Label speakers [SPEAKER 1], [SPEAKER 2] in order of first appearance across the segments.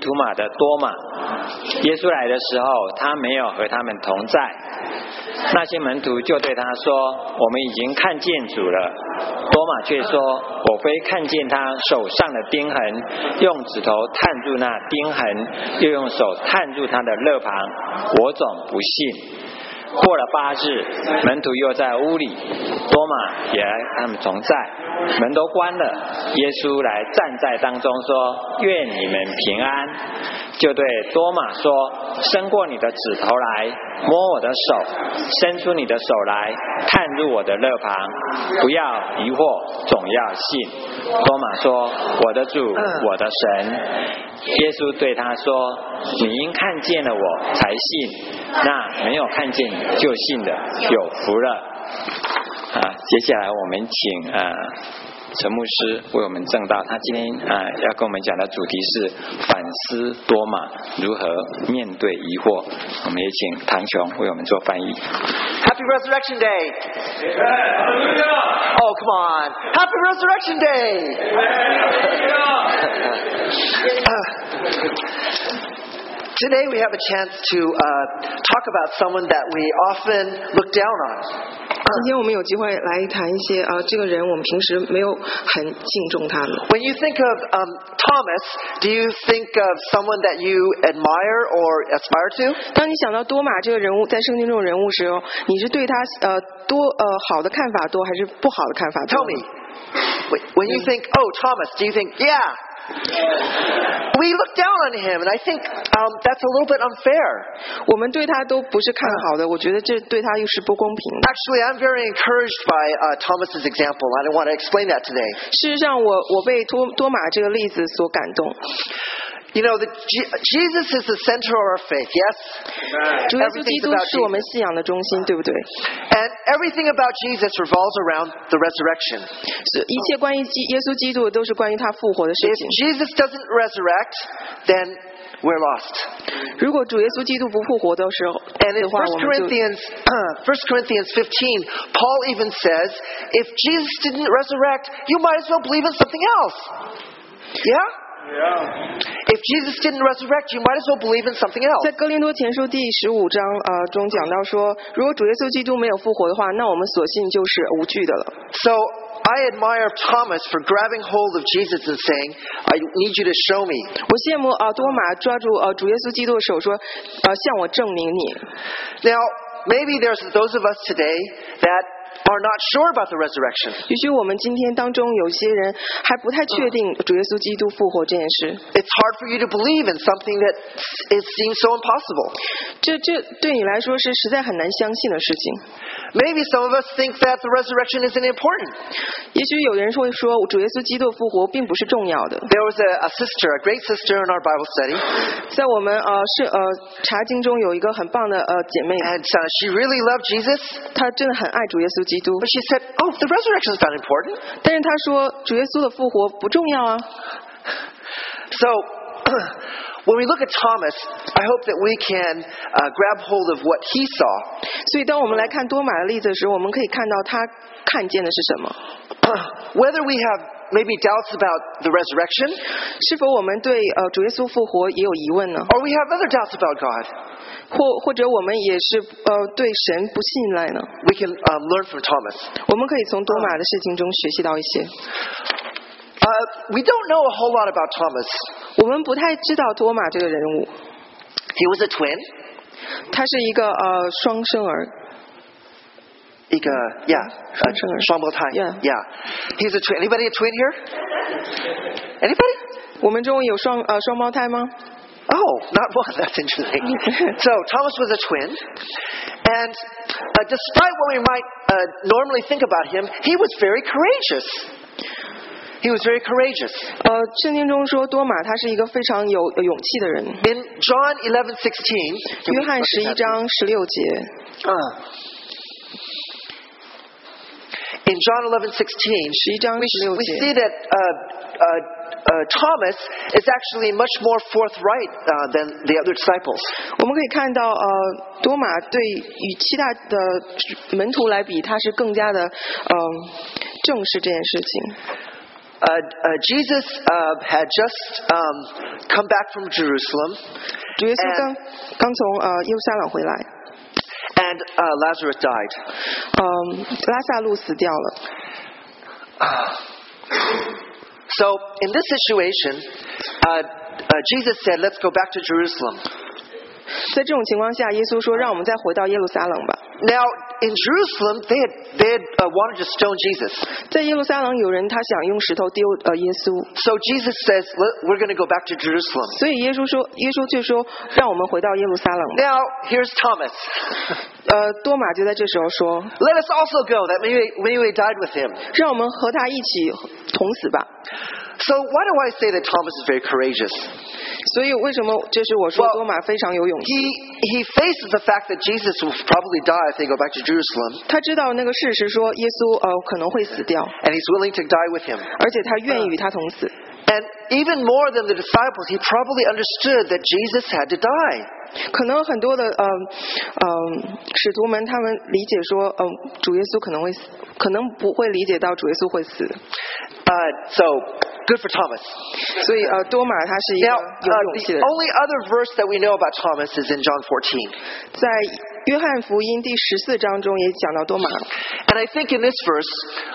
[SPEAKER 1] 土马的多嘛。耶稣来的时候，他没有和他们同在，那些门徒就对他说：“我们已经看见主了。”多马却说：“我非看见他手上的钉痕，用指头探入那钉痕，又用手探入他的肋旁，我总不信。”过了八日，门徒又在屋里，多马也来他们同在，门都关了。耶稣来站在当中说：“愿你们平安。”就对多马说：“伸过你的指头来，摸我的手；伸出你的手来，探入我的肋旁。不要疑惑，总要信。”多马说：“我的主，我的神。”耶稣对他说：“你因看见了我才信，那没有看见你就信的，有福了。”啊，接下来我们请啊陈牧师为我们正道，他今天啊要跟我们讲的主题是反思多马如何面对疑惑。我们也请唐琼为我们做翻译。
[SPEAKER 2] Happy Resurrection Day! Oh, come on. Happy Resurrection Day! Uh, Today we have a chance to uh, talk about someone that we often look down on.
[SPEAKER 3] 今天我们有机会来谈一些啊、呃这个人我们平时没有很敬重他的。
[SPEAKER 2] When you think of um, Thomas, do you think of someone that you admire or aspire to?
[SPEAKER 3] 当你想到多马这个人物在圣经中的人物时候，你是对他呃多呃好的看法多，还是不好的看法多
[SPEAKER 2] Tell me, wh- when you think, oh, Thomas, do you think, yeah, we look down on him, and I think um, that's a little bit unfair.
[SPEAKER 3] 我们对他都不是看好
[SPEAKER 2] 嗯
[SPEAKER 3] 的，我觉得这对他又是不公平的。
[SPEAKER 2] Actually, I'm very encouraged by uh, Thomas's example. I don't want to explain that today.
[SPEAKER 3] 事实上我，我被多多马这个例子所感动。
[SPEAKER 2] You know, the, Je- Jesus is the center of our faith, yes?
[SPEAKER 3] 主耶稣基
[SPEAKER 2] Everything's
[SPEAKER 3] 督
[SPEAKER 2] about
[SPEAKER 3] 是
[SPEAKER 2] Jesus.
[SPEAKER 3] 我们信仰的中心，对不对？
[SPEAKER 2] And everything about Jesus revolves around the resurrection.
[SPEAKER 3] 是一切关于基耶稣基督的都是关于他复活的事
[SPEAKER 2] If
[SPEAKER 3] 情。
[SPEAKER 2] Jesus doesn't resurrect, then we're lost.
[SPEAKER 3] 如果主耶稣基督不复活的时候
[SPEAKER 2] And in
[SPEAKER 3] 的
[SPEAKER 2] 1
[SPEAKER 3] 话，我们就
[SPEAKER 2] Corinthians, 1 Corinthians 15, Paul even says, if Jesus didn't resurrect, you might as well believe in something else. Yeah? If Jesus didn't resurrect, you might as well believe in something else.
[SPEAKER 3] 在哥林多前书第十五章呃中讲到说，如果主耶稣基督没有复活的话，那我们所信就是无惧的了。
[SPEAKER 2] So I admire Thomas for grabbing hold of Jesus and saying, I need you to show me.
[SPEAKER 3] 我羡慕啊、呃多马抓住呃主耶稣基督的手说，呃向我证明你。
[SPEAKER 2] Now, maybe there's those of us today that are not sure about the resurrection.
[SPEAKER 3] 也许我们今天当中有些人还不太确定主耶稣基督复活这件事，
[SPEAKER 2] It's hard for you to believe in something that s- it seems so impossible.
[SPEAKER 3] 这这对你来说是实在很难相信的事情。
[SPEAKER 2] Maybe some of us think that the resurrection isn't important.
[SPEAKER 3] 也许有人会说，主耶稣基督的复活并不是重要的。
[SPEAKER 2] There was a, a sister, a great sister in our Bible study,
[SPEAKER 3] 在我们呃是呃查经中有一个很棒的呃姐妹，
[SPEAKER 2] and uh, she really loved Jesus,
[SPEAKER 3] 她真的很爱主耶稣基督
[SPEAKER 2] but，she said, Oh, the resurrection's not important.
[SPEAKER 3] 但是她说主耶稣的复活不重要啊。
[SPEAKER 2] So, when we look at Thomas, I hope that we can uh, grab hold of what he saw.
[SPEAKER 3] 所以当我们来看多马的例子的时候，我们可以看到他看见的是什么？
[SPEAKER 2] Whether we have maybe doubts about the resurrection,
[SPEAKER 3] 是否我们对呃主耶稣复活也有疑问呢？
[SPEAKER 2] or we have other doubts about God,
[SPEAKER 3] 或或者我们也是呃对神不信赖呢？
[SPEAKER 2] we can um, learn from Thomas.
[SPEAKER 3] 我们可以从多马的事情中学习到一些。
[SPEAKER 2] Uh, we don't know a whole lot about Thomas.
[SPEAKER 3] 我们不太知道多马这个人物，
[SPEAKER 2] He was a twin.
[SPEAKER 3] 他是一个呃双生儿，
[SPEAKER 2] Like, uh, yeah, uh,
[SPEAKER 3] Sure.
[SPEAKER 2] 双胞胎.
[SPEAKER 3] Yeah.
[SPEAKER 2] yeah. He's a twin. Anybody a twin here? Anybody?
[SPEAKER 3] 我们中有双呃双胞胎吗？
[SPEAKER 2] Oh, not one. That's interesting. so Thomas was a twin, and uh, despite what we might uh, normally think about him, he was very courageous. He was very courageous.
[SPEAKER 3] 呃，圣经中说多马他是一个非常有有勇气的人。
[SPEAKER 2] In John eleven sixteen,
[SPEAKER 3] 约翰十一章十六节，
[SPEAKER 2] Uh. in John eleven sixteen,
[SPEAKER 3] 十一章
[SPEAKER 2] we,
[SPEAKER 3] 十六
[SPEAKER 2] we
[SPEAKER 3] 节
[SPEAKER 2] see。that uh, uh, uh, Thomas is actually much more forthright uh, than the other disciples.
[SPEAKER 3] 我们可以看到，呃，多马对与其他呃的门徒来比，他是更加的，呃，正视这件事情。
[SPEAKER 2] uh, uh, Jesus uh, had just um, come back from Jerusalem,
[SPEAKER 3] 主耶稣
[SPEAKER 2] And-
[SPEAKER 3] 刚刚从呃耶路撒冷回来，
[SPEAKER 2] and uh, Lazarus died.
[SPEAKER 3] 嗯、拉萨路死掉了。
[SPEAKER 2] So in this situation, uh, uh, Jesus said, "Let's go back to Jerusalem."
[SPEAKER 3] 在这种情况下，耶稣说：“让我们再回到耶路撒冷吧。
[SPEAKER 2] Now in Jerusalem, they had they had uh, wanted to stone Jesus. ”
[SPEAKER 3] 在耶路撒冷，有人他想用石头丢呃耶稣，
[SPEAKER 2] So Jesus says, "Let- "We're going to go back to Jerusalem."
[SPEAKER 3] 所以耶稣说，耶稣却说：“让我们回到耶路撒冷吧。
[SPEAKER 2] Now here's Thomas.
[SPEAKER 3] 呃，多马就在这时候说
[SPEAKER 2] Let us also go. That maybe maybe we died with him.：“
[SPEAKER 3] 让我们和他一起同死吧。
[SPEAKER 2] So why do I say that Thomas is very courageous? ”
[SPEAKER 3] 所以为什么这是我说
[SPEAKER 2] Well-
[SPEAKER 3] 多马非常有勇气？
[SPEAKER 2] He he faces the fact that Jesus will probably die if they go back to Jerusalem,
[SPEAKER 3] 他知道那个事实，说耶稣呃可能会死掉，
[SPEAKER 2] and he's willing to die with him.
[SPEAKER 3] 而且他愿意与他同死。
[SPEAKER 2] And even more than the disciples, he probably understood that Jesus had to die.
[SPEAKER 3] 可能很多的呃呃使徒们他们理解说，嗯、主耶稣可能会死，可能不会理解到主耶稣会死。
[SPEAKER 2] Uh, so good for Thomas.
[SPEAKER 3] 所以呃，多马他是一个
[SPEAKER 2] Now,
[SPEAKER 3] 有
[SPEAKER 2] uh,
[SPEAKER 3] 勇气
[SPEAKER 2] the
[SPEAKER 3] 的人。
[SPEAKER 2] only other verse that we know about Thomas is in John 14.
[SPEAKER 3] 在约翰福音第十四章中也讲到多马，
[SPEAKER 2] And I think in this verse,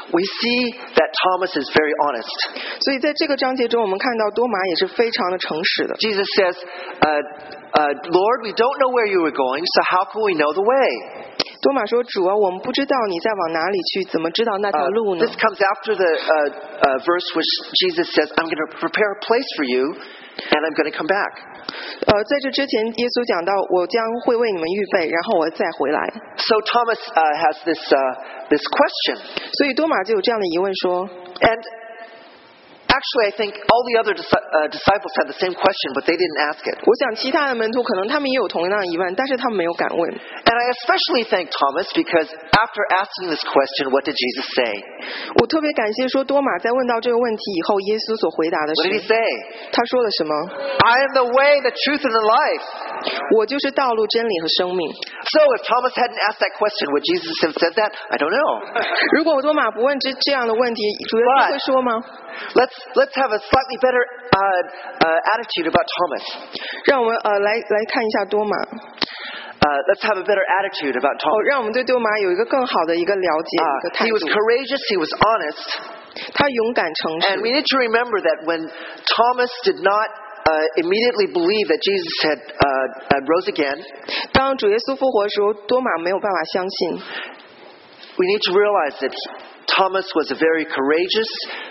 [SPEAKER 2] we see that Thomas is very honest.
[SPEAKER 3] 所以在这个章节中，我们看到多马也是非常的诚实的。
[SPEAKER 2] Jesus says, uh, uh, Lord, we don't know where you are going, so how can we know the way?
[SPEAKER 3] 多马说：“主啊，我们不知道你在往哪里去，怎么知道那
[SPEAKER 2] Uh,
[SPEAKER 3] 条路呢
[SPEAKER 2] this comes after the uh, uh, verse which Jesus says, I'm going to prepare a place for you and I'm going to come back.？”
[SPEAKER 3] 呃，在这之前，耶稣讲到：“我将会为你们预备，然后我再回来。
[SPEAKER 2] So Thomas uh, has this, uh, this question. ”
[SPEAKER 3] 所以多马就有这样的疑问说
[SPEAKER 2] And actually, I think all the other dis- uh, disciples had the same question, but they didn't ask it.：“
[SPEAKER 3] 我想其他的门徒可能他们也有同样的疑问，但是他们没有敢问。
[SPEAKER 2] And I especially thank Thomas because after asking this question, what did Jesus say? ”
[SPEAKER 3] 我特别感谢说多马在问到这个问题以后，耶稣所回答的
[SPEAKER 2] What did he
[SPEAKER 3] 是
[SPEAKER 2] say?
[SPEAKER 3] 他说了什么？
[SPEAKER 2] I am the way, the truth, and the life.
[SPEAKER 3] 我就是道路、真理和生命。
[SPEAKER 2] So if Thomas hadn't asked that question, would Jesus have said that? I don't know.
[SPEAKER 3] 如果多马不问这这样的问题，主耶稣会说吗？
[SPEAKER 2] Let's, let's have a slightly better uh, uh, attitude about Thomas.
[SPEAKER 3] 让我们呃来来看一下多马，哦，
[SPEAKER 2] Uh, let's have a better attitude about Thomas.
[SPEAKER 3] 让我们对多马有一个更好的一个了解，一个
[SPEAKER 2] Uh,
[SPEAKER 3] 态
[SPEAKER 2] he was
[SPEAKER 3] 度。
[SPEAKER 2] courageous, he was honest,
[SPEAKER 3] 他勇敢诚
[SPEAKER 2] and
[SPEAKER 3] 实。
[SPEAKER 2] we need to remember that when Thomas did not uh, immediately believe that Jesus had, uh, had rose again,
[SPEAKER 3] 当主耶稣复活的时候，多马没有办法相信。
[SPEAKER 2] we need to realize that Thomas was a very courageous,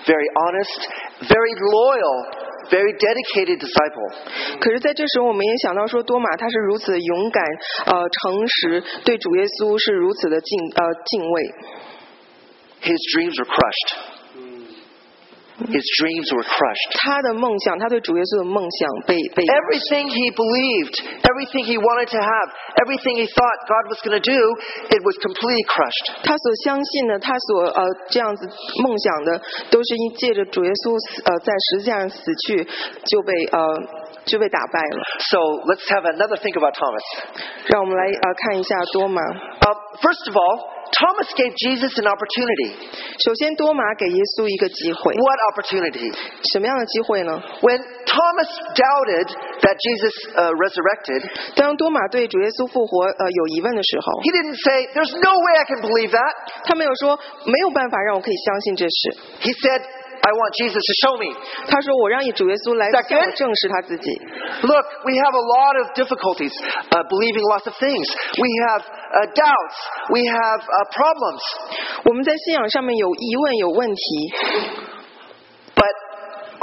[SPEAKER 2] very honest, very loyal, very dedicated disciple.
[SPEAKER 3] 可是，在这时候，我们也想到说，多马他是如此的勇敢，呃，诚实，对主耶稣是如此的敬呃敬畏。
[SPEAKER 2] His dreams were crushed. His dreams were crushed.
[SPEAKER 3] 他的梦想，他对主耶稣的梦想被被
[SPEAKER 2] Everything he believed, everything he wanted to have, everything he thought God was going to do, it was completely crushed.
[SPEAKER 3] 他所相信的，他所呃这样子梦想的，都是因借着主耶稣死呃在十字架上死去，就被呃就被打败了。
[SPEAKER 2] So let's have another think about Thomas.
[SPEAKER 3] 让我们来呃看一下多马。
[SPEAKER 2] Um, first of all, Thomas gave Jesus an opportunity.
[SPEAKER 3] 首先，多马给耶稣一个机会，
[SPEAKER 2] What opportunity?
[SPEAKER 3] 什么样的机会呢？
[SPEAKER 2] When Thomas doubted that Jesus uh, resurrected,
[SPEAKER 3] 当多马对主耶稣复活呃有疑问的时候，
[SPEAKER 2] he didn't say, There's no way I can believe that.
[SPEAKER 3] 他没有说没有办法让我可以相信这事。
[SPEAKER 2] He said, I want Jesus to show me.
[SPEAKER 3] 他说：“我让你主耶稣来
[SPEAKER 2] Is that
[SPEAKER 3] 向
[SPEAKER 2] good?
[SPEAKER 3] 我证实他自己。
[SPEAKER 2] Look, we have a lot of difficulties uh, believing lots of things. We have uh, doubts. We have uh, problems. ”
[SPEAKER 3] 我们在信仰上面有疑问、有问题，
[SPEAKER 2] But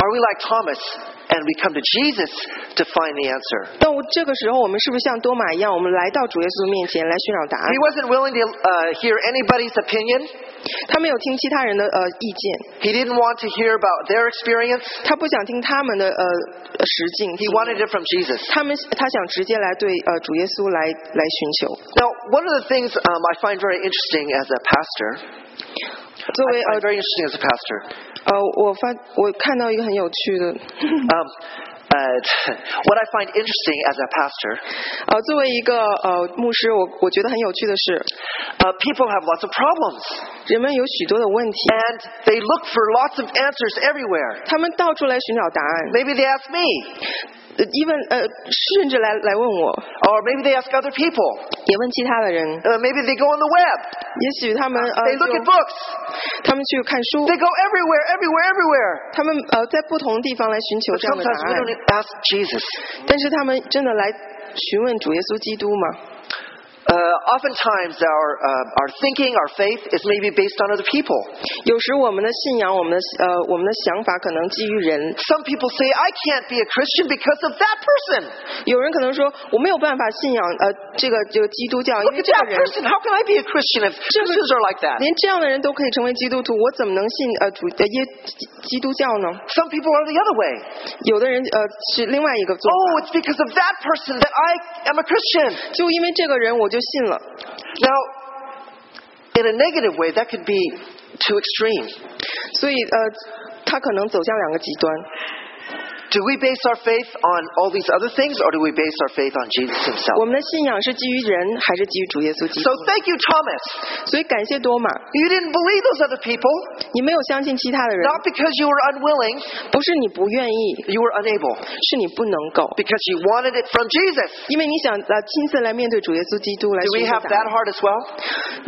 [SPEAKER 2] are we like Thomas and we come to Jesus to find the answer?
[SPEAKER 3] 但我这个时候，我们是不是像多马一样，我们来到主耶稣面前来寻找答案
[SPEAKER 2] He？wasn't willing to uh, hear anybody's opinion.
[SPEAKER 3] 他没有听其他人的呃意见，
[SPEAKER 2] He didn't want to hear about their experience.
[SPEAKER 3] 他不想听他们的呃实境。
[SPEAKER 2] He wanted it from Jesus.
[SPEAKER 3] 他们他想直接来对呃主耶稣来来寻求。
[SPEAKER 2] Now, one of the things um, I find very interesting as a pastor,
[SPEAKER 3] 作
[SPEAKER 2] I
[SPEAKER 3] 为
[SPEAKER 2] find
[SPEAKER 3] 呃
[SPEAKER 2] very interesting as a pastor,
[SPEAKER 3] 呃，我发我看到一个很有趣的，
[SPEAKER 2] um, Uh, what I find interesting as a pastor,
[SPEAKER 3] 呃，作为一个呃牧师，我我觉得很有趣的是，
[SPEAKER 2] uh, people have lots of problems
[SPEAKER 3] 人们有许多的问题，
[SPEAKER 2] and they look for lots of answers everywhere.
[SPEAKER 3] 他们到处来寻找答案，
[SPEAKER 2] Maybe they ask me,
[SPEAKER 3] 呃一问呃，甚至来来问我，
[SPEAKER 2] or maybe they ask other people.
[SPEAKER 3] 也问其他的人，
[SPEAKER 2] Uh, maybe they go on the web.
[SPEAKER 3] 也许他们呃
[SPEAKER 2] They look at
[SPEAKER 3] 就
[SPEAKER 2] books.
[SPEAKER 3] 他们去看书，
[SPEAKER 2] They go everywhere, everywhere, everywhere.
[SPEAKER 3] 他们呃在不同地方来寻
[SPEAKER 2] But
[SPEAKER 3] 求这样的答
[SPEAKER 2] sometimes we
[SPEAKER 3] 案
[SPEAKER 2] don't，ask Jesus.
[SPEAKER 3] 但是他们真的来询问主耶稣基督吗？
[SPEAKER 2] Uh, oftentimes, our uh, our thinking, our faith is maybe based on other people.
[SPEAKER 3] 有时我们的信仰，我们的呃我们的想法可能基于人，
[SPEAKER 2] Some people say, "I can't be a Christian because of that person.
[SPEAKER 3] 有人可能说我没有办法信仰呃这个这个基督教，因
[SPEAKER 2] Look
[SPEAKER 3] 为
[SPEAKER 2] at
[SPEAKER 3] 这个
[SPEAKER 2] that
[SPEAKER 3] 人
[SPEAKER 2] person. How can I be a Christian if Christians are like that?"
[SPEAKER 3] 连这样的人都可以成为基督徒，我怎么能信呃主呃耶基基督教呢？
[SPEAKER 2] Some people are the other way.
[SPEAKER 3] 有的人呃是另外一个做法，
[SPEAKER 2] Oh, it's because of that person that I am a Christian.
[SPEAKER 3] 就因为这个人我就信了。
[SPEAKER 2] Now, in a negative way, that could be too extreme.
[SPEAKER 3] 所以呃，他可能走向两个极端。
[SPEAKER 2] Do we base our faith on all these other things, or do we base our faith on Jesus Himself?
[SPEAKER 3] 我们的信仰是基于人还是基于主耶稣基
[SPEAKER 2] So
[SPEAKER 3] 督？
[SPEAKER 2] thank you, Thomas.
[SPEAKER 3] 所以感谢多马，
[SPEAKER 2] You didn't believe those other people,
[SPEAKER 3] 你没有相信其他的人，
[SPEAKER 2] not because you were unwilling,
[SPEAKER 3] 不是你不愿意，
[SPEAKER 2] you were unable,
[SPEAKER 3] 是你不能够，
[SPEAKER 2] because you wanted it from Jesus.
[SPEAKER 3] 因为你想呃亲自来面对主耶稣基督来
[SPEAKER 2] Do we
[SPEAKER 3] 寻求
[SPEAKER 2] have
[SPEAKER 3] 答
[SPEAKER 2] that
[SPEAKER 3] 案。
[SPEAKER 2] heart as well?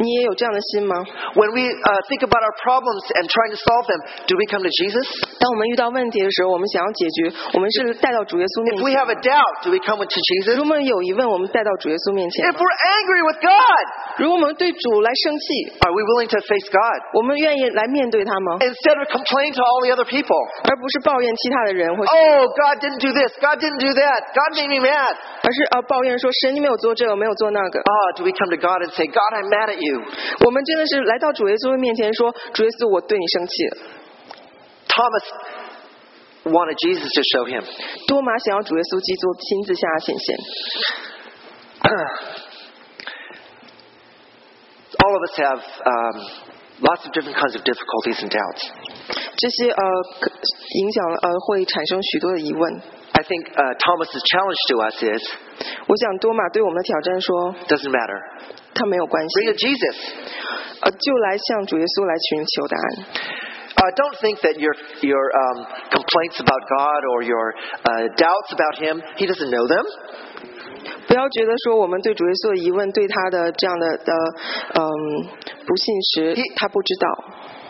[SPEAKER 3] 你也有这样的心吗？
[SPEAKER 2] When we uh, think about our problems and trying to solve them, do we come to Jesus?
[SPEAKER 3] 当我们遇到问题的时候，我们想要解决，我们是带到主耶稣
[SPEAKER 2] If
[SPEAKER 3] 面
[SPEAKER 2] we
[SPEAKER 3] 前。
[SPEAKER 2] have a doubt, do we come to Jesus?
[SPEAKER 3] 如果我们有疑问，我们带到主耶稣面前
[SPEAKER 2] If。we're angry with God,
[SPEAKER 3] 如果我们对主来生气，
[SPEAKER 2] are we willing to face God
[SPEAKER 3] 我们愿意来面对他吗？
[SPEAKER 2] instead of complain to all the other people?
[SPEAKER 3] 而不是抱怨其他的人，或是
[SPEAKER 2] Oh, God didn't do this. God didn't do that. God made me mad.
[SPEAKER 3] 而是呃抱怨说神你没有做这个，没有做那个。
[SPEAKER 2] Oh, do we come to God and say, God, I'm mad at you?
[SPEAKER 3] 我们真的是来到主耶稣的面前说，主耶稣，我对你生气了。
[SPEAKER 2] Thomas wanted Jesus to show him.
[SPEAKER 3] 多马想要主耶稣基督亲自向他显现。
[SPEAKER 2] All of us have um, lots of different kinds of difficulties and doubts.
[SPEAKER 3] 这些呃可影响了呃会产生许多的疑问。
[SPEAKER 2] I think uh, Thomas's challenge to us is
[SPEAKER 3] 我想多马对我们的挑战说，
[SPEAKER 2] doesn't matter.
[SPEAKER 3] 他没有关系，
[SPEAKER 2] Bring it to Jesus.
[SPEAKER 3] 呃就来向主耶稣来寻求答案。
[SPEAKER 2] Uh, don't think that your your um, complaints about God or your uh, doubts about Him, He doesn't know them.
[SPEAKER 3] 不要觉得说我们对主耶稣的疑问，对他的这样的呃嗯不信时，他不知道，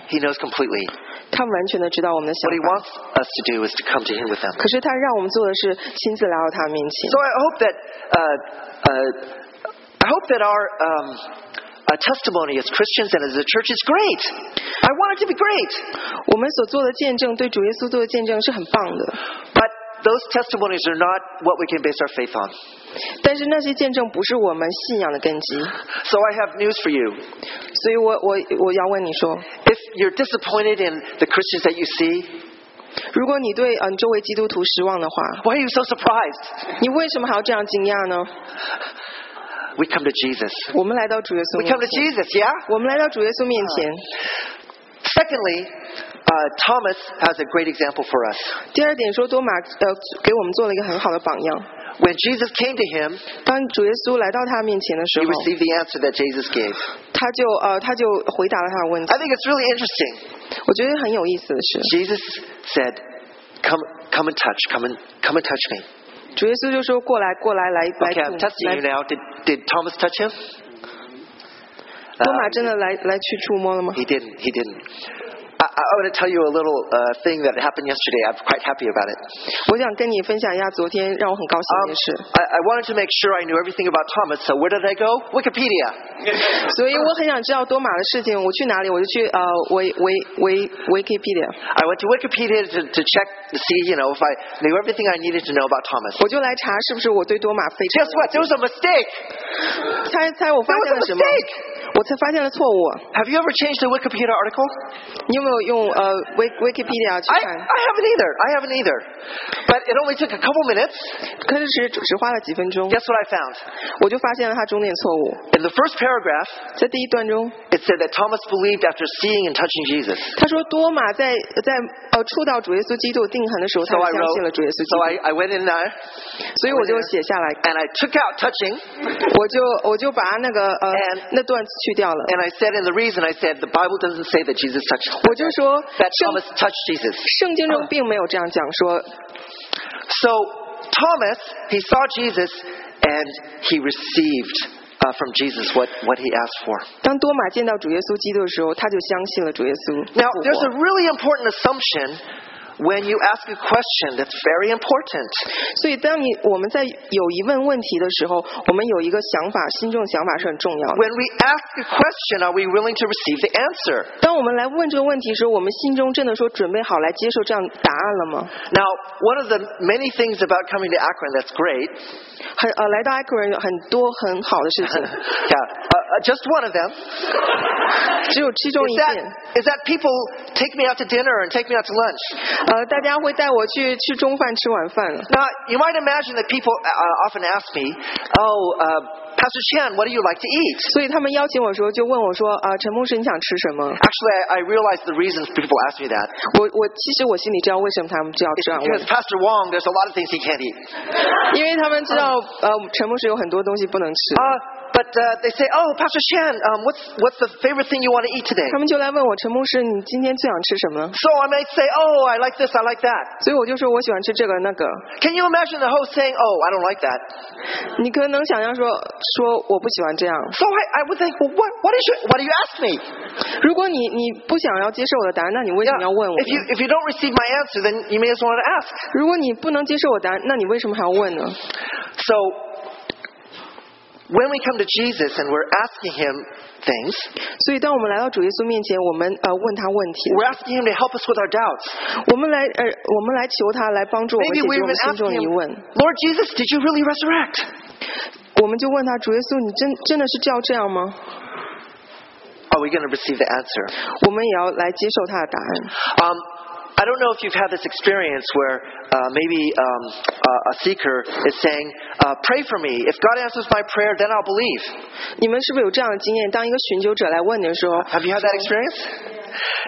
[SPEAKER 2] He knows completely.
[SPEAKER 3] 他完全的知道我们的
[SPEAKER 2] What He
[SPEAKER 3] 想法。
[SPEAKER 2] wants us to do is to come to Him with them.
[SPEAKER 3] 可是他让我们做的是亲自来到他面前
[SPEAKER 2] So。I hope that uh, uh, I hope that our um, uh, testimony as Christians and as a church is great. I want it to be great,
[SPEAKER 3] 我们所做的见证，对主耶稣做的见证是很棒的，
[SPEAKER 2] but those testimonies are not what we can base our faith on.
[SPEAKER 3] 但是那些见证不是我们信仰的根基。
[SPEAKER 2] So I have news for you.
[SPEAKER 3] 所以我我我要问你说，
[SPEAKER 2] If you're disappointed in the Christians that you see,
[SPEAKER 3] 如果你对嗯周围基督徒失望的话，
[SPEAKER 2] why are you so surprised?
[SPEAKER 3] 你为什么还要这样惊讶呢？
[SPEAKER 2] We come to Jesus.
[SPEAKER 3] 我们来到主耶稣
[SPEAKER 2] We
[SPEAKER 3] 面
[SPEAKER 2] come to
[SPEAKER 3] 前，
[SPEAKER 2] Jesus, 啊 yeah?
[SPEAKER 3] 我们来到主耶稣面前。
[SPEAKER 2] Secondly, uh, Thomas has a great example for us.
[SPEAKER 3] 第二点说，多马呃给我们做了一个很好的榜样。
[SPEAKER 2] When Jesus came to him,
[SPEAKER 3] 当主耶稣来到他面前的时
[SPEAKER 2] he
[SPEAKER 3] 候，
[SPEAKER 2] received the answer that Jesus gave.
[SPEAKER 3] 他就呃他就回答了他的问题
[SPEAKER 2] I。think it's really interesting.
[SPEAKER 3] 我觉得很有意思的是，
[SPEAKER 2] Jesus said, Come, come and touch, come and, come and touch me.
[SPEAKER 3] 主耶稣就说过来过来来来
[SPEAKER 2] Okay, I'm
[SPEAKER 3] 碰
[SPEAKER 2] testing
[SPEAKER 3] 来
[SPEAKER 2] you now. Did, did Thomas touch him?
[SPEAKER 3] 多马真的来来去触摸了吗？
[SPEAKER 2] He didn't, he didn't. I, I want to tell you a little uh, thing that happened yesterday. I'm quite happy about it.
[SPEAKER 3] 我想跟你分享一下昨天让我很高兴
[SPEAKER 2] Um,
[SPEAKER 3] 的事，
[SPEAKER 2] I, I wanted to make sure I knew everything about Thomas, so where did I go? Wikipedia.
[SPEAKER 3] 所以我很想知道多马的事情。我去哪里？我就去呃维维维维 Wikipedia，
[SPEAKER 2] I went to Wikipedia to, to check to see, you know, if I knew everything I needed to know about Thomas.
[SPEAKER 3] 我就来查是不是我对多马非
[SPEAKER 2] Guess what? There was a mistake.
[SPEAKER 3] 常猜猜我发现了什
[SPEAKER 2] There
[SPEAKER 3] 么
[SPEAKER 2] was a？
[SPEAKER 3] 我才发现了错误。
[SPEAKER 2] Have you ever changed a Wikipedia article?
[SPEAKER 3] 你有没有用呃 Wik Wikipedia 啊去
[SPEAKER 2] I,
[SPEAKER 3] 看？
[SPEAKER 2] I haven't either. I haven't either. But it only took a couple minutes.
[SPEAKER 3] 可是只只花了几分钟，
[SPEAKER 2] Guess what I found?
[SPEAKER 3] 我就发现了它中间的错误。
[SPEAKER 2] In the first paragraph,
[SPEAKER 3] 在第一段中，
[SPEAKER 2] it said that Thomas believed after seeing and touching Jesus.
[SPEAKER 3] 他说多马在在呃触到主耶稣基督定痕的时候，他
[SPEAKER 2] So I
[SPEAKER 3] 相信
[SPEAKER 2] wrote.
[SPEAKER 3] 了主耶稣
[SPEAKER 2] So
[SPEAKER 3] 基
[SPEAKER 2] I, I went in there
[SPEAKER 3] 督，所以我就写下来，
[SPEAKER 2] and I took out touching
[SPEAKER 3] 我就我就把那个呃
[SPEAKER 2] And-
[SPEAKER 3] 那段去掉了。
[SPEAKER 2] and I said in the reason I said the Bible doesn't say that Jesus touched
[SPEAKER 3] 我就说
[SPEAKER 2] that Oh.
[SPEAKER 3] 圣
[SPEAKER 2] Thomas touched Jesus.
[SPEAKER 3] 圣经中并没有这样讲说，
[SPEAKER 2] So Thomas he saw Jesus and he received uh, from Jesus what, what he asked for.
[SPEAKER 3] 当多马见到主耶稣基督的时候，他就相信了主耶稣。
[SPEAKER 2] Now there's a really important assumption when you ask a question that's very important.
[SPEAKER 3] 所以当你我们在有疑问问题的时候，我们有一个想法，心中的想法是很重要的。
[SPEAKER 2] When we ask a question, are we willing to receive the answer?
[SPEAKER 3] 当我们来问这个问题的时候，我们心中真的说准备好来接受这样答案了吗？
[SPEAKER 2] Now, one of the many things about coming to Akron that's great,
[SPEAKER 3] 很呃，来到艾克人有很多很好的 事情，
[SPEAKER 2] yeah, uh, uh, just one of them,
[SPEAKER 3] 只有其中
[SPEAKER 2] is
[SPEAKER 3] 一
[SPEAKER 2] that,
[SPEAKER 3] 件。
[SPEAKER 2] is that people take me out to dinner and take me out to lunch.
[SPEAKER 3] 呃，大家会带我去吃中饭、吃晚饭。
[SPEAKER 2] Now, you might imagine that people uh, often ask me, oh, uh, Pastor Chan, what do you like to eat?
[SPEAKER 3] 所以他们邀请我说，就问我说啊、陈牧师你想吃什么？
[SPEAKER 2] Actually, I, I realize the reasons people ask me that.
[SPEAKER 3] 我我其实我心里知道为什么他们就要这样
[SPEAKER 2] Because
[SPEAKER 3] 问，
[SPEAKER 2] Pastor Wong, there's a lot of things he can't eat.
[SPEAKER 3] 因为他们知道呃陈牧师有很多东西不能吃，
[SPEAKER 2] Uh, but uh, they say, oh, Pastor Chan, um, what's, what's the favorite thing you want to eat today?
[SPEAKER 3] 他们就来问我陈牧师你今天最想吃什么？
[SPEAKER 2] So I might say, oh, I like this, I like that.
[SPEAKER 3] 所以我就说我喜欢吃这个那个。
[SPEAKER 2] Can you imagine the host saying, oh, I don't like that?
[SPEAKER 3] 你可能想象说说我不喜欢这样。
[SPEAKER 2] So I, I would think, well, what, what, is your, what do you ask me?
[SPEAKER 3] 如果你你不想要接受我的答案，那你为什么要问我
[SPEAKER 2] If you,
[SPEAKER 3] 呢？
[SPEAKER 2] if you don't receive my answer, then you may as well not ask.
[SPEAKER 3] 如果你不能接受我答案，那你为什么还要问呢？
[SPEAKER 2] So when we come to Jesus and we're asking him things,
[SPEAKER 3] 所以，当我们来到主耶稣面前，我们呃问他问题，
[SPEAKER 2] we're asking him to help us with our doubts.
[SPEAKER 3] 我们来呃我们来求他来帮助我们解
[SPEAKER 2] Maybe we're
[SPEAKER 3] 决我
[SPEAKER 2] even
[SPEAKER 3] 们心中
[SPEAKER 2] asking
[SPEAKER 3] 的
[SPEAKER 2] him,
[SPEAKER 3] 疑问。
[SPEAKER 2] Lord Jesus, did you really resurrect?
[SPEAKER 3] 我们就问他：“主耶稣，你真真的是照这样吗
[SPEAKER 2] Are we going to receive the answer?？”
[SPEAKER 3] 我们也要来接受他的答案。
[SPEAKER 2] Um, I don't know if you've had this experience where uh, maybe um, uh, a seeker is saying, uh, pray for me. If God answers my prayer, then I'll believe.
[SPEAKER 3] 你们是不是有这样的经验？当一个寻求者来问你的时候，
[SPEAKER 2] Have you had that experience?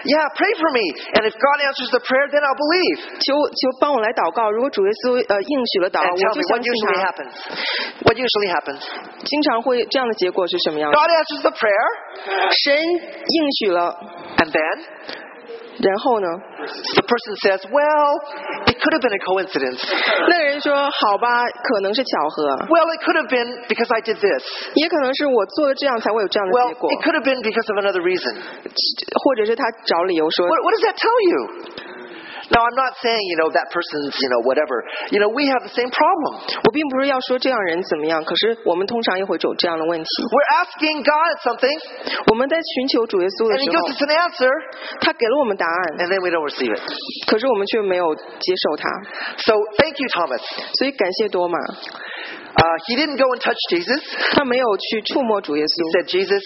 [SPEAKER 2] Yeah, pray for me. And if God answers the prayer, then I'll believe.
[SPEAKER 3] 求求帮我来祷告。如果主耶稣呃应许了祷
[SPEAKER 2] And
[SPEAKER 3] 告，我
[SPEAKER 2] tell me,
[SPEAKER 3] 就相
[SPEAKER 2] what
[SPEAKER 3] 信
[SPEAKER 2] usually
[SPEAKER 3] 他。
[SPEAKER 2] happens? Uh-huh. What usually happens?
[SPEAKER 3] 经常会这样的结果是什么样的？
[SPEAKER 2] God answers the prayer,
[SPEAKER 3] 神应许了，
[SPEAKER 2] and then
[SPEAKER 3] 然后呢？
[SPEAKER 2] the person says, well, it could have been a coincidence.
[SPEAKER 3] 那个人说：“好吧，可能是巧合，
[SPEAKER 2] Well, it could have been because I did this.
[SPEAKER 3] 也可能是我做了这样才会有这样的
[SPEAKER 2] Well,
[SPEAKER 3] 结果
[SPEAKER 2] it，could have been because of another reason.
[SPEAKER 3] 或者是他找理由说
[SPEAKER 2] What, what does that tell you? Now, I'm not saying, you know, that person's, you know, whatever. You know, we have the same problem.
[SPEAKER 3] 我并不是要说这样人怎么样，可是我们通常也会有这样的问题。
[SPEAKER 2] We're asking God something,
[SPEAKER 3] 我们在寻求主耶稣
[SPEAKER 2] and He
[SPEAKER 3] 的时
[SPEAKER 2] gives
[SPEAKER 3] 候，
[SPEAKER 2] us an answer,
[SPEAKER 3] 他给了我们答案，
[SPEAKER 2] and then we don't receive it.
[SPEAKER 3] 可是我们却没有接受他。
[SPEAKER 2] So, thank you, Thomas.
[SPEAKER 3] 所以感谢多玛，
[SPEAKER 2] Uh, he didn't go and touch Jesus.
[SPEAKER 3] 他没有去触摸主
[SPEAKER 2] He
[SPEAKER 3] 耶稣，
[SPEAKER 2] said, Jesus,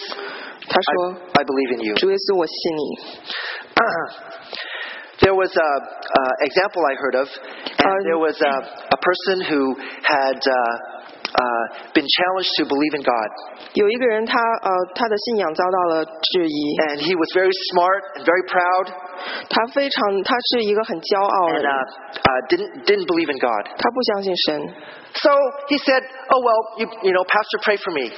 [SPEAKER 3] 他
[SPEAKER 2] I,
[SPEAKER 3] 说
[SPEAKER 2] I believe in you.：“
[SPEAKER 3] 主耶稣，我信你。
[SPEAKER 2] there was a uh, example I heard of, and
[SPEAKER 3] Uh,
[SPEAKER 2] there was a, a person who had uh, uh, been challenged to believe in God, ”
[SPEAKER 3] 有一个人他，呃他的信仰遭到了质疑，
[SPEAKER 2] and he was very smart and very proud,
[SPEAKER 3] 他非常他是一个很骄傲的
[SPEAKER 2] and
[SPEAKER 3] 人
[SPEAKER 2] uh,，uh, didn't didn't believe in God.
[SPEAKER 3] 他不相信神，
[SPEAKER 2] So he said, "Oh well, you, you know, Pastor, pray for me."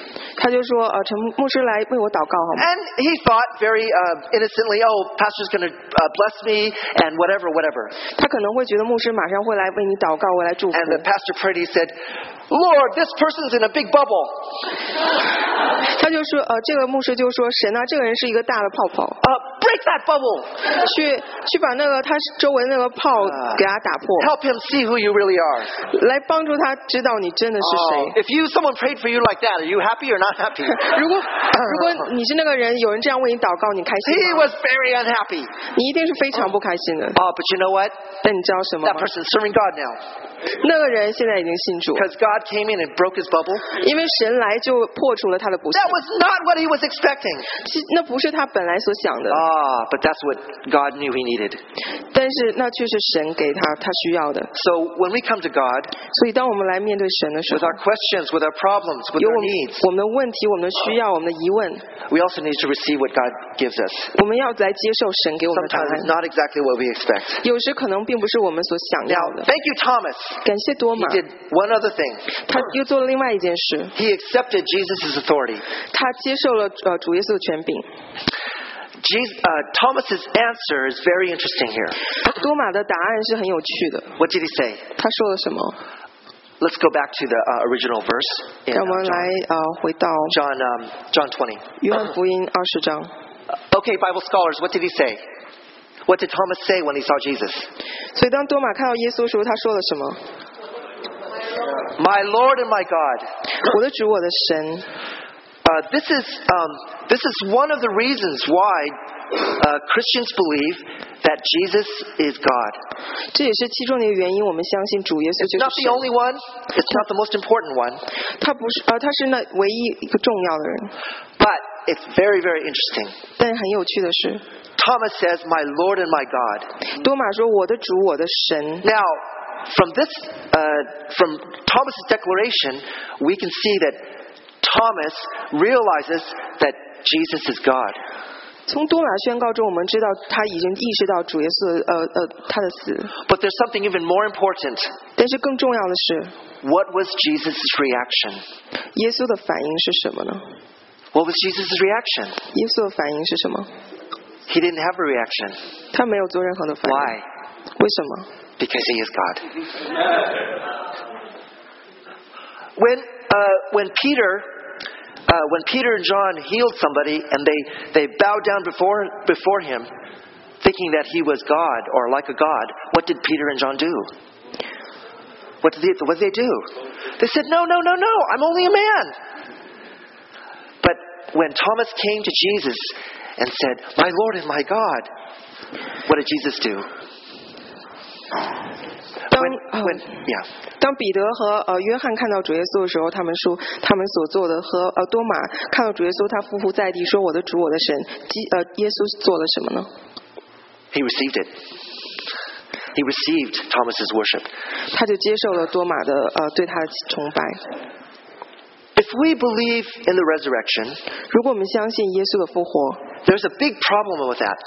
[SPEAKER 3] 他就说：“呃，陈牧师来为我祷告好吗
[SPEAKER 2] And he thought very uh, innocently, "Oh, Pastor's going to uh, bless me and whatever, whatever." ？”
[SPEAKER 3] 他可能会觉得牧师马上会来为你祷告，我来祝福
[SPEAKER 2] And。the pastor prayed. He said, "Lord, this person's in a big bubble."
[SPEAKER 3] 他就说：“呃，这个牧师就说神啊，这个人是一个大的泡泡，
[SPEAKER 2] Uh, break that bubble.
[SPEAKER 3] 去去把那个他周围那个泡给他打破，
[SPEAKER 2] Help him see who you really are.
[SPEAKER 3] 来帮助他知道你真的是
[SPEAKER 2] Oh,
[SPEAKER 3] 谁。
[SPEAKER 2] if you someone prayed for you like that, are you happy or not happy?
[SPEAKER 3] 如果如果你是那个人，有人这样为你祷告，你开
[SPEAKER 2] he
[SPEAKER 3] 心吗？
[SPEAKER 2] was very unhappy.
[SPEAKER 3] 你一定是非常不开心的。
[SPEAKER 2] Oh, but you know what?
[SPEAKER 3] 但你知道什么
[SPEAKER 2] That
[SPEAKER 3] 吗？
[SPEAKER 2] person's serving God now
[SPEAKER 3] 那个人现在已经信主，
[SPEAKER 2] because God came in and broke his bubble.
[SPEAKER 3] 因为神来就破除了他的不幸
[SPEAKER 2] That was not what he was expecting.
[SPEAKER 3] 其那不是他本来所想的，
[SPEAKER 2] Ah, but that's what God knew he needed.
[SPEAKER 3] 但是那却是神给他他需要的。
[SPEAKER 2] So when we come to God
[SPEAKER 3] 所以，当我们来面对神的时
[SPEAKER 2] with
[SPEAKER 3] 候，
[SPEAKER 2] our questions, with our problems, with
[SPEAKER 3] 有
[SPEAKER 2] our
[SPEAKER 3] 我们
[SPEAKER 2] needs,
[SPEAKER 3] 我们的问题、我们的需要、我们的疑问，
[SPEAKER 2] we also need to receive what God gives us.
[SPEAKER 3] 我们要来接受神给我们的答
[SPEAKER 2] Sometimes it's
[SPEAKER 3] 案。
[SPEAKER 2] not exactly what we expect.
[SPEAKER 3] 有时可能并不是我们所想
[SPEAKER 2] Now,
[SPEAKER 3] 要的。
[SPEAKER 2] thank you, Thomas.
[SPEAKER 3] 感谢多
[SPEAKER 2] He
[SPEAKER 3] 马，
[SPEAKER 2] did one other thing.
[SPEAKER 3] 他又做了另外一件事，
[SPEAKER 2] He accepted Jesus' authority.
[SPEAKER 3] 他接受了呃主耶稣的权柄。
[SPEAKER 2] Jesus, uh, Thomas's answer is very interesting here.
[SPEAKER 3] 多马的答案是很有趣的，
[SPEAKER 2] What did he say?
[SPEAKER 3] 他说了什么？
[SPEAKER 2] Let's go back to the uh, original verse. In,
[SPEAKER 3] 让我
[SPEAKER 2] uh,
[SPEAKER 3] 们来呃回到
[SPEAKER 2] John, um, John 20.
[SPEAKER 3] 约翰福音二十章。
[SPEAKER 2] Okay, Bible scholars, what did he say? What did Thomas say when he saw Jesus?
[SPEAKER 3] 所以当多马看到耶稣的时候，他说了什么？
[SPEAKER 2] My Lord and my God.
[SPEAKER 3] 我的主，我的神。
[SPEAKER 2] Uh, this, is, um, this is one of the reasons why uh, Christians believe that Jesus is God.
[SPEAKER 3] 这也是其中的一个原因。我们相信主耶稣
[SPEAKER 2] It's
[SPEAKER 3] 就
[SPEAKER 2] not
[SPEAKER 3] 是
[SPEAKER 2] the
[SPEAKER 3] 神
[SPEAKER 2] only one, it's not the most important one,
[SPEAKER 3] 他不是呃，他是那唯一一个重要的人。
[SPEAKER 2] but it's very, very interesting.
[SPEAKER 3] 但是很有趣的是，
[SPEAKER 2] Thomas says, My Lord and my God.
[SPEAKER 3] 多马说：“我的主，我的神。
[SPEAKER 2] Now, from this, uh, from Thomas's declaration, we can see that Thomas realizes that Jesus is God. ”
[SPEAKER 3] 从多马宣告中，我们知道他已经意识到主耶稣的呃呃他的死。
[SPEAKER 2] But there's something even more important.
[SPEAKER 3] 但是更重要的是，
[SPEAKER 2] What was Jesus' reaction?
[SPEAKER 3] 耶稣的反应是什么呢？
[SPEAKER 2] What was Jesus' reaction?
[SPEAKER 3] 耶稣的反应是什么？
[SPEAKER 2] He didn't have a reaction.
[SPEAKER 3] 他没有做任何的反应。
[SPEAKER 2] Why?
[SPEAKER 3] 为什么？
[SPEAKER 2] Because he is God. when, uh, when Peter. Uh, when Peter and John healed somebody and they, they bowed down before, before him, thinking that he was God or like a God, what did Peter and John do? What did they, what did they do? They said, No, no, no, no, I'm only a man. But when Thomas came to Jesus and said, My Lord and my God, what did Jesus do?
[SPEAKER 3] 当
[SPEAKER 2] When,
[SPEAKER 3] 呃
[SPEAKER 2] when, yeah.
[SPEAKER 3] 当彼得和呃约翰看到主耶稣的时候，他们说他们所做的和呃多马看到主耶稣，他匍匐在地说：“我的主，我的神。基”呃耶稣做了什么呢？
[SPEAKER 2] He received it. He received Thomas's worship.
[SPEAKER 3] 他就接受了多马的呃对他的崇拜。
[SPEAKER 2] If we believe in the resurrection,
[SPEAKER 3] 如果我们相信耶稣的复活，
[SPEAKER 2] there's a big problem with that.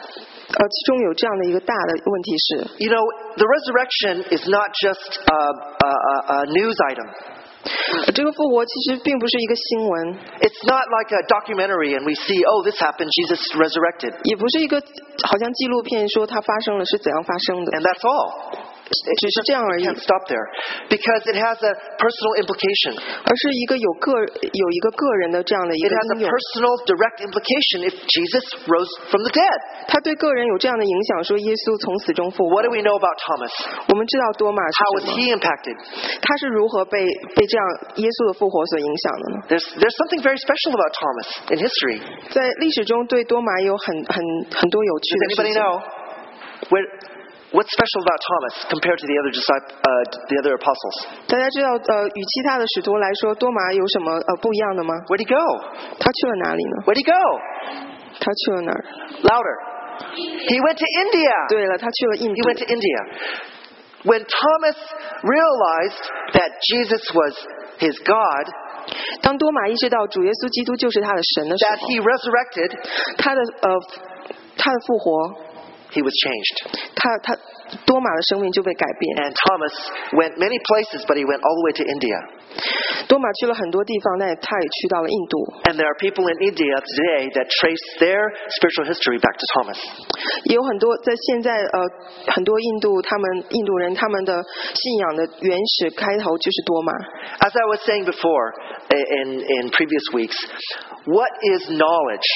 [SPEAKER 3] 呃其中有这样的一个大的问题是，
[SPEAKER 2] You know, the resurrection is not just a, a, a- a news item.
[SPEAKER 3] 呃这个复活其实并不是一个新闻，
[SPEAKER 2] It's not like a documentary and we see, oh, this happened, Jesus resurrected,
[SPEAKER 3] 也不是一个好像纪录片说它发生了是怎样发生的，
[SPEAKER 2] and that's all.
[SPEAKER 3] 只是这样而
[SPEAKER 2] It
[SPEAKER 3] 已，
[SPEAKER 2] can't stop there because it has a personal implication.
[SPEAKER 3] 而是一个有个有一个个人的这样的一
[SPEAKER 2] It
[SPEAKER 3] 个
[SPEAKER 2] has a
[SPEAKER 3] 应用。
[SPEAKER 2] personal, direct implication if Jesus rose from the dead.
[SPEAKER 3] 他对个人有这样的影响，说耶稣从死中复活。
[SPEAKER 2] What do we know about Thomas?
[SPEAKER 3] 我们知道多马
[SPEAKER 2] How
[SPEAKER 3] 是
[SPEAKER 2] was
[SPEAKER 3] 什么，
[SPEAKER 2] he impacted?
[SPEAKER 3] 他是如何被被这样耶稣的复活所影响的呢？
[SPEAKER 2] There's, there's something very special about Thomas in history.
[SPEAKER 3] 在历史中对多马有很很很多有趣
[SPEAKER 2] Does
[SPEAKER 3] 的事
[SPEAKER 2] anybody
[SPEAKER 3] 情。
[SPEAKER 2] know? Where, what's special about Thomas compared to the other, discip- uh, the other apostles?
[SPEAKER 3] 大家知道，呃，与其他的使徒来说，多马有什么呃不一样的吗？
[SPEAKER 2] Where'd he go?
[SPEAKER 3] 他去了哪里呢？
[SPEAKER 2] Where'd he go?
[SPEAKER 3] 他去了哪儿？
[SPEAKER 2] Louder. He went to India.
[SPEAKER 3] 对了，他去了印
[SPEAKER 2] He
[SPEAKER 3] 度。
[SPEAKER 2] went to India. When Thomas realized that Jesus was his God,
[SPEAKER 3] 当多马意识到主耶稣基督就是他的神的时
[SPEAKER 2] that
[SPEAKER 3] 候，
[SPEAKER 2] he resurrected,
[SPEAKER 3] 他的呃他的复活，
[SPEAKER 2] he was changed.
[SPEAKER 3] 他他多马的生命就被改变。
[SPEAKER 2] And Thomas went many places, but he went all the way to India.
[SPEAKER 3] 多马去了很多地方，但他也去到了印度。
[SPEAKER 2] And there are people in India today that trace their spiritual history back to Thomas.
[SPEAKER 3] 也有很多在现在呃很多印度他们印度人他们的信仰的原始开头就是多玛。
[SPEAKER 2] As I was saying before i- in, in previous weeks, what is knowledge?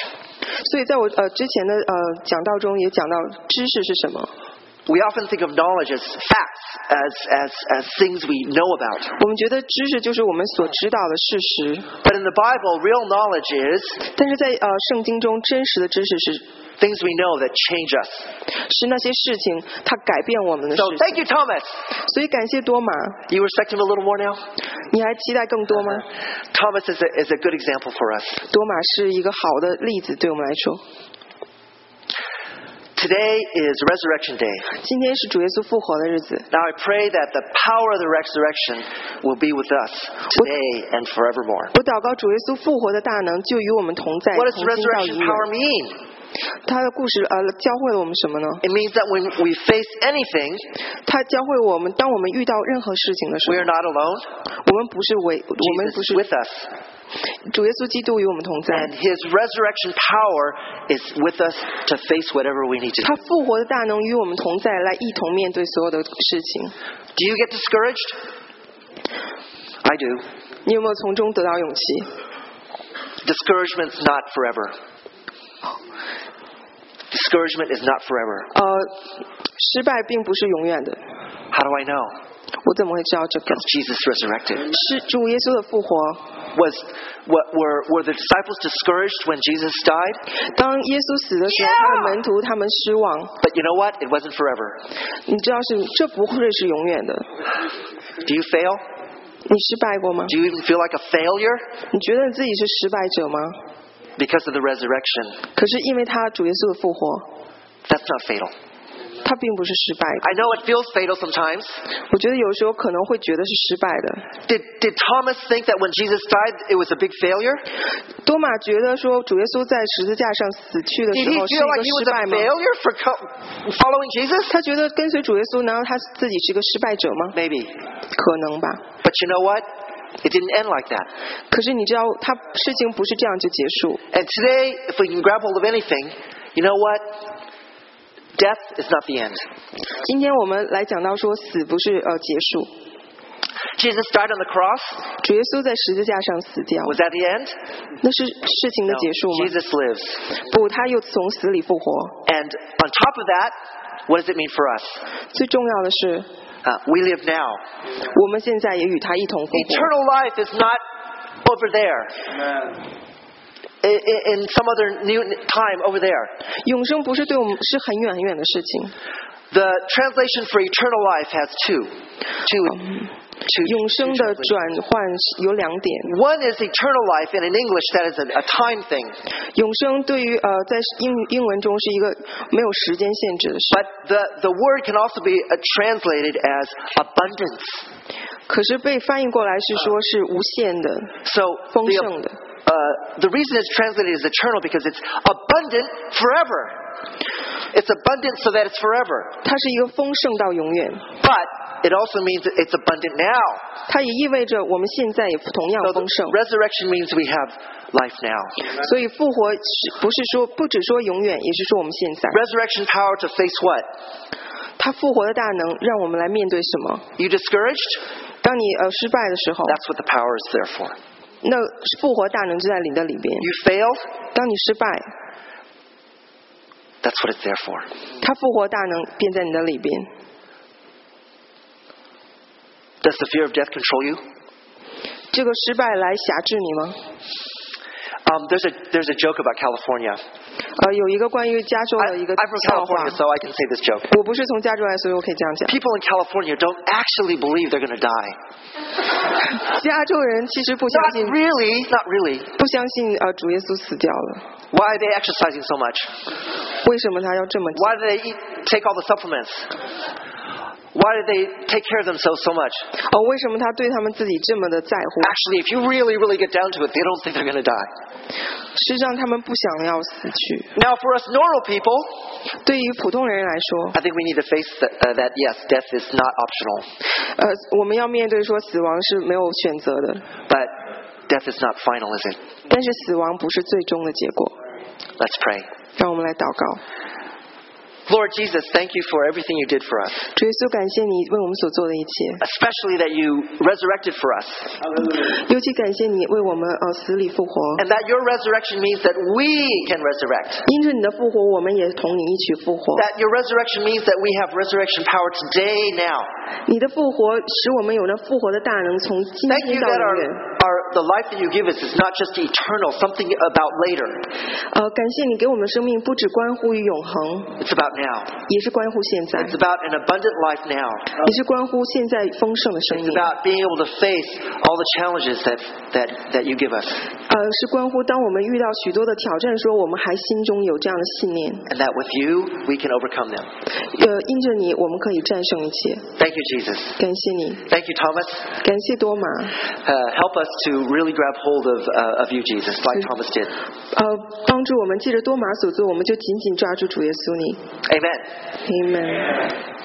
[SPEAKER 3] 所以在我呃之前的呃讲道中也讲到知识是什么。
[SPEAKER 2] We often think of knowledge as facts, as, as, as things we know about.
[SPEAKER 3] 我们觉得知识就是我们所知道的事实，
[SPEAKER 2] But in the Bible, real knowledge is
[SPEAKER 3] 但是在呃圣经中真实的知识是
[SPEAKER 2] things we know that change us.
[SPEAKER 3] 是那些事情它改变我们的事
[SPEAKER 2] So
[SPEAKER 3] 情。
[SPEAKER 2] thank you, Thomas.
[SPEAKER 3] 所以感谢多马，
[SPEAKER 2] You respect him a little more now?
[SPEAKER 3] 你还期待更多吗？
[SPEAKER 2] Thomas is a, is a good example for us.
[SPEAKER 3] 多马是一个好的例子，对我们来说，
[SPEAKER 2] Today is Resurrection Day.
[SPEAKER 3] 今天是主耶稣复活的日子。
[SPEAKER 2] Now I pray that the power of the resurrection will be with us today and forevermore.
[SPEAKER 3] 我祷告主耶稣复活的大能就与我们同在，
[SPEAKER 2] What does
[SPEAKER 3] 同心到
[SPEAKER 2] resurrection
[SPEAKER 3] 永
[SPEAKER 2] power
[SPEAKER 3] 远。
[SPEAKER 2] mean?
[SPEAKER 3] 他的故事呃教会了我们什么呢？
[SPEAKER 2] It means that when we face anything,
[SPEAKER 3] 他教会我们，当我们遇到任何事情的时
[SPEAKER 2] we
[SPEAKER 3] 候，
[SPEAKER 2] are not alone.
[SPEAKER 3] 我们不是为我们
[SPEAKER 2] Jesus
[SPEAKER 3] 不
[SPEAKER 2] is
[SPEAKER 3] 是
[SPEAKER 2] with us.
[SPEAKER 3] 主耶稣基督与我们同在
[SPEAKER 2] And，his resurrection power is with us to face whatever we need to do.
[SPEAKER 3] 他复活的大能与我们同在，来一同面对所有的事情。
[SPEAKER 2] Do you get discouraged? I do.
[SPEAKER 3] 你有没有从中得到勇气？
[SPEAKER 2] Discouragement's not forever. Discouragement is not forever.
[SPEAKER 3] 呃，失败并不是永远的。
[SPEAKER 2] How do I know?
[SPEAKER 3] 我怎么会知道这个？
[SPEAKER 2] Because Jesus resurrected.
[SPEAKER 3] 是主耶稣的复活。
[SPEAKER 2] Was what were were the disciples discouraged when Jesus died?
[SPEAKER 3] 当耶稣死的时候，
[SPEAKER 2] Yeah.
[SPEAKER 3] 他的门徒他们失望。
[SPEAKER 2] But you know what? It wasn't forever.
[SPEAKER 3] 你知道是这不会是永远的。
[SPEAKER 2] Do you fail?
[SPEAKER 3] 你失败过吗？
[SPEAKER 2] Do you even feel like a failure
[SPEAKER 3] 你觉得你自己是失败者吗？
[SPEAKER 2] because of the resurrection?
[SPEAKER 3] 可是因为他主耶稣的复活，
[SPEAKER 2] That's not fatal.
[SPEAKER 3] 他并不是失败的。
[SPEAKER 2] I know it feels fatal sometimes.
[SPEAKER 3] 我觉得有时候可能会觉得是失败的。
[SPEAKER 2] Did did Thomas think that when Jesus died it was a big failure?
[SPEAKER 3] 多马觉得说主耶稣在十字架上死去的
[SPEAKER 2] Did
[SPEAKER 3] 时
[SPEAKER 2] he
[SPEAKER 3] 候是
[SPEAKER 2] feel
[SPEAKER 3] 一
[SPEAKER 2] like
[SPEAKER 3] 个
[SPEAKER 2] he
[SPEAKER 3] 失
[SPEAKER 2] was
[SPEAKER 3] 败
[SPEAKER 2] a
[SPEAKER 3] 吗？
[SPEAKER 2] failure for co- following Jesus?
[SPEAKER 3] 他觉得跟随主耶稣，难道他自己是个失败者吗？
[SPEAKER 2] Maybe.
[SPEAKER 3] 可能吧。
[SPEAKER 2] But you know what? It didn't end like that.
[SPEAKER 3] 可是你知道，他事情不是这样就结束。
[SPEAKER 2] And today, if we can grab hold of anything, you know what? Death is not the end.
[SPEAKER 3] 今天我们来讲到说，死不是呃结束，
[SPEAKER 2] Jesus died on the cross.
[SPEAKER 3] 主耶稣在十字架上死掉，
[SPEAKER 2] Was that the end?
[SPEAKER 3] 那是事情的
[SPEAKER 2] No.
[SPEAKER 3] 结束吗？
[SPEAKER 2] Jesus lives.
[SPEAKER 3] 不，他又从死里复活。
[SPEAKER 2] And on top of that, what does it mean for us?
[SPEAKER 3] 最重要的是，
[SPEAKER 2] Uh, we live now.
[SPEAKER 3] 我们现在也与他一同复活。
[SPEAKER 2] Eternal life is not over there. In, in some other new time over there.
[SPEAKER 3] 永生不是对我们是很远很远的事情。
[SPEAKER 2] The translation for eternal life has two. Two.
[SPEAKER 3] Um,
[SPEAKER 2] two
[SPEAKER 3] 永生
[SPEAKER 2] two translations.
[SPEAKER 3] 的转换是有两点，
[SPEAKER 2] One is eternal life, and in English, that is a, a time thing.
[SPEAKER 3] 永生对于呃在英英文中是一个没有时间限制的事，
[SPEAKER 2] But the, the word can also be uh, translated as abundance.
[SPEAKER 3] 可是被翻译过来是说是无限的、
[SPEAKER 2] So
[SPEAKER 3] 丰
[SPEAKER 2] the,
[SPEAKER 3] 盛的。
[SPEAKER 2] uh, the reason it's translated as eternal because it's abundant forever. It's abundant so that it's forever.
[SPEAKER 3] 它是一个丰盛到永远，
[SPEAKER 2] But it also means that it's abundant now.
[SPEAKER 3] 它也意味着我们现在也同样
[SPEAKER 2] So
[SPEAKER 3] 丰
[SPEAKER 2] the
[SPEAKER 3] 盛。
[SPEAKER 2] resurrection means we have life now.
[SPEAKER 3] 所以复活是不是说不只说永远，也是说我们现在。
[SPEAKER 2] Resurrection power to face what?
[SPEAKER 3] 它复活的大能让我们来面对什么？
[SPEAKER 2] You discouraged?
[SPEAKER 3] 当你呃失败的时候，
[SPEAKER 2] That's what the power is there for.
[SPEAKER 3] 那复活大能就在你的里边。
[SPEAKER 2] You failed?
[SPEAKER 3] 当你失败，
[SPEAKER 2] That's what it's there for.
[SPEAKER 3] 它复活大能便在你的里边。
[SPEAKER 2] Does the fear of death control you?
[SPEAKER 3] 这个失败来辖制你吗？
[SPEAKER 2] Um, there's, a, there's a joke about California.
[SPEAKER 3] 呃，有一个关于加州
[SPEAKER 2] I,
[SPEAKER 3] 的一个
[SPEAKER 2] I'm from
[SPEAKER 3] 笑话
[SPEAKER 2] Oh, California,。so I can say this joke.
[SPEAKER 3] 我不是从加州来，所以我可以这样讲。
[SPEAKER 2] People in California don't actually believe they're going to die.
[SPEAKER 3] 加州人其实不相
[SPEAKER 2] Not
[SPEAKER 3] 信，
[SPEAKER 2] really. Not really.
[SPEAKER 3] 不相信呃主耶稣死掉了，
[SPEAKER 2] Why are they exercising so much?
[SPEAKER 3] 为什么他要这么讲？
[SPEAKER 2] Why do they eat, take all the supplements? Why do they take care of themselves so much?
[SPEAKER 3] 哦，为什么他对他们自己这么的在乎？
[SPEAKER 2] Actually, if you really, really get down to it, they don't think they're going to die.
[SPEAKER 3] 是让他们不想要死去。
[SPEAKER 2] Now, for us normal people,
[SPEAKER 3] 对于普通人来说，
[SPEAKER 2] I think we need to face that, uh, that yes, death is not optional,
[SPEAKER 3] 呃，我们要面对说死亡是没有选择的，
[SPEAKER 2] but death is not final, is it?
[SPEAKER 3] 但是死亡不是最终的结果。
[SPEAKER 2] Let's pray.
[SPEAKER 3] 让我们来祷告，
[SPEAKER 2] Lord Jesus, thank you for everything you did for us,
[SPEAKER 3] 主耶稣，感谢你为我们所做的一切，
[SPEAKER 2] especially that you resurrected for us,
[SPEAKER 3] 尤其感谢你为我们呃死里复活。
[SPEAKER 2] and that your resurrection means that we can resurrect.
[SPEAKER 3] 因着你的复活，我们也同你一起复活。
[SPEAKER 2] That your resurrection means that we have resurrection power today now.
[SPEAKER 3] 你的复活使我们有了复活的大能，从今
[SPEAKER 2] Thank you
[SPEAKER 3] 天到
[SPEAKER 2] that
[SPEAKER 3] 永
[SPEAKER 2] our,
[SPEAKER 3] 远。
[SPEAKER 2] our the life that you give us is not just eternal, something about later.
[SPEAKER 3] 呃，感谢你给我们生命，不只关乎于永恒，
[SPEAKER 2] It's about now.
[SPEAKER 3] 也是关乎现在，
[SPEAKER 2] It's about an abundant life now.
[SPEAKER 3] 也是关乎现在丰盛的生
[SPEAKER 2] It's
[SPEAKER 3] 命。
[SPEAKER 2] about being able to face all the challenges that that, that you give us,
[SPEAKER 3] 呃，是关乎当我们遇到许多的挑战，说我们还心中有这样的信念。
[SPEAKER 2] and that with you we can overcome them.
[SPEAKER 3] 呃，因着你，我们可以战胜一切。
[SPEAKER 2] Thank you, Jesus.
[SPEAKER 3] 感谢你，
[SPEAKER 2] Thank you, Thomas.
[SPEAKER 3] 感谢多玛。
[SPEAKER 2] Uh, help us to really grab hold of uh, of you, Jesus, like Thomas did.
[SPEAKER 3] 呃，帮助我们借着多玛所做，我们就紧紧抓住主耶稣你。
[SPEAKER 2] Amen.
[SPEAKER 3] Amen。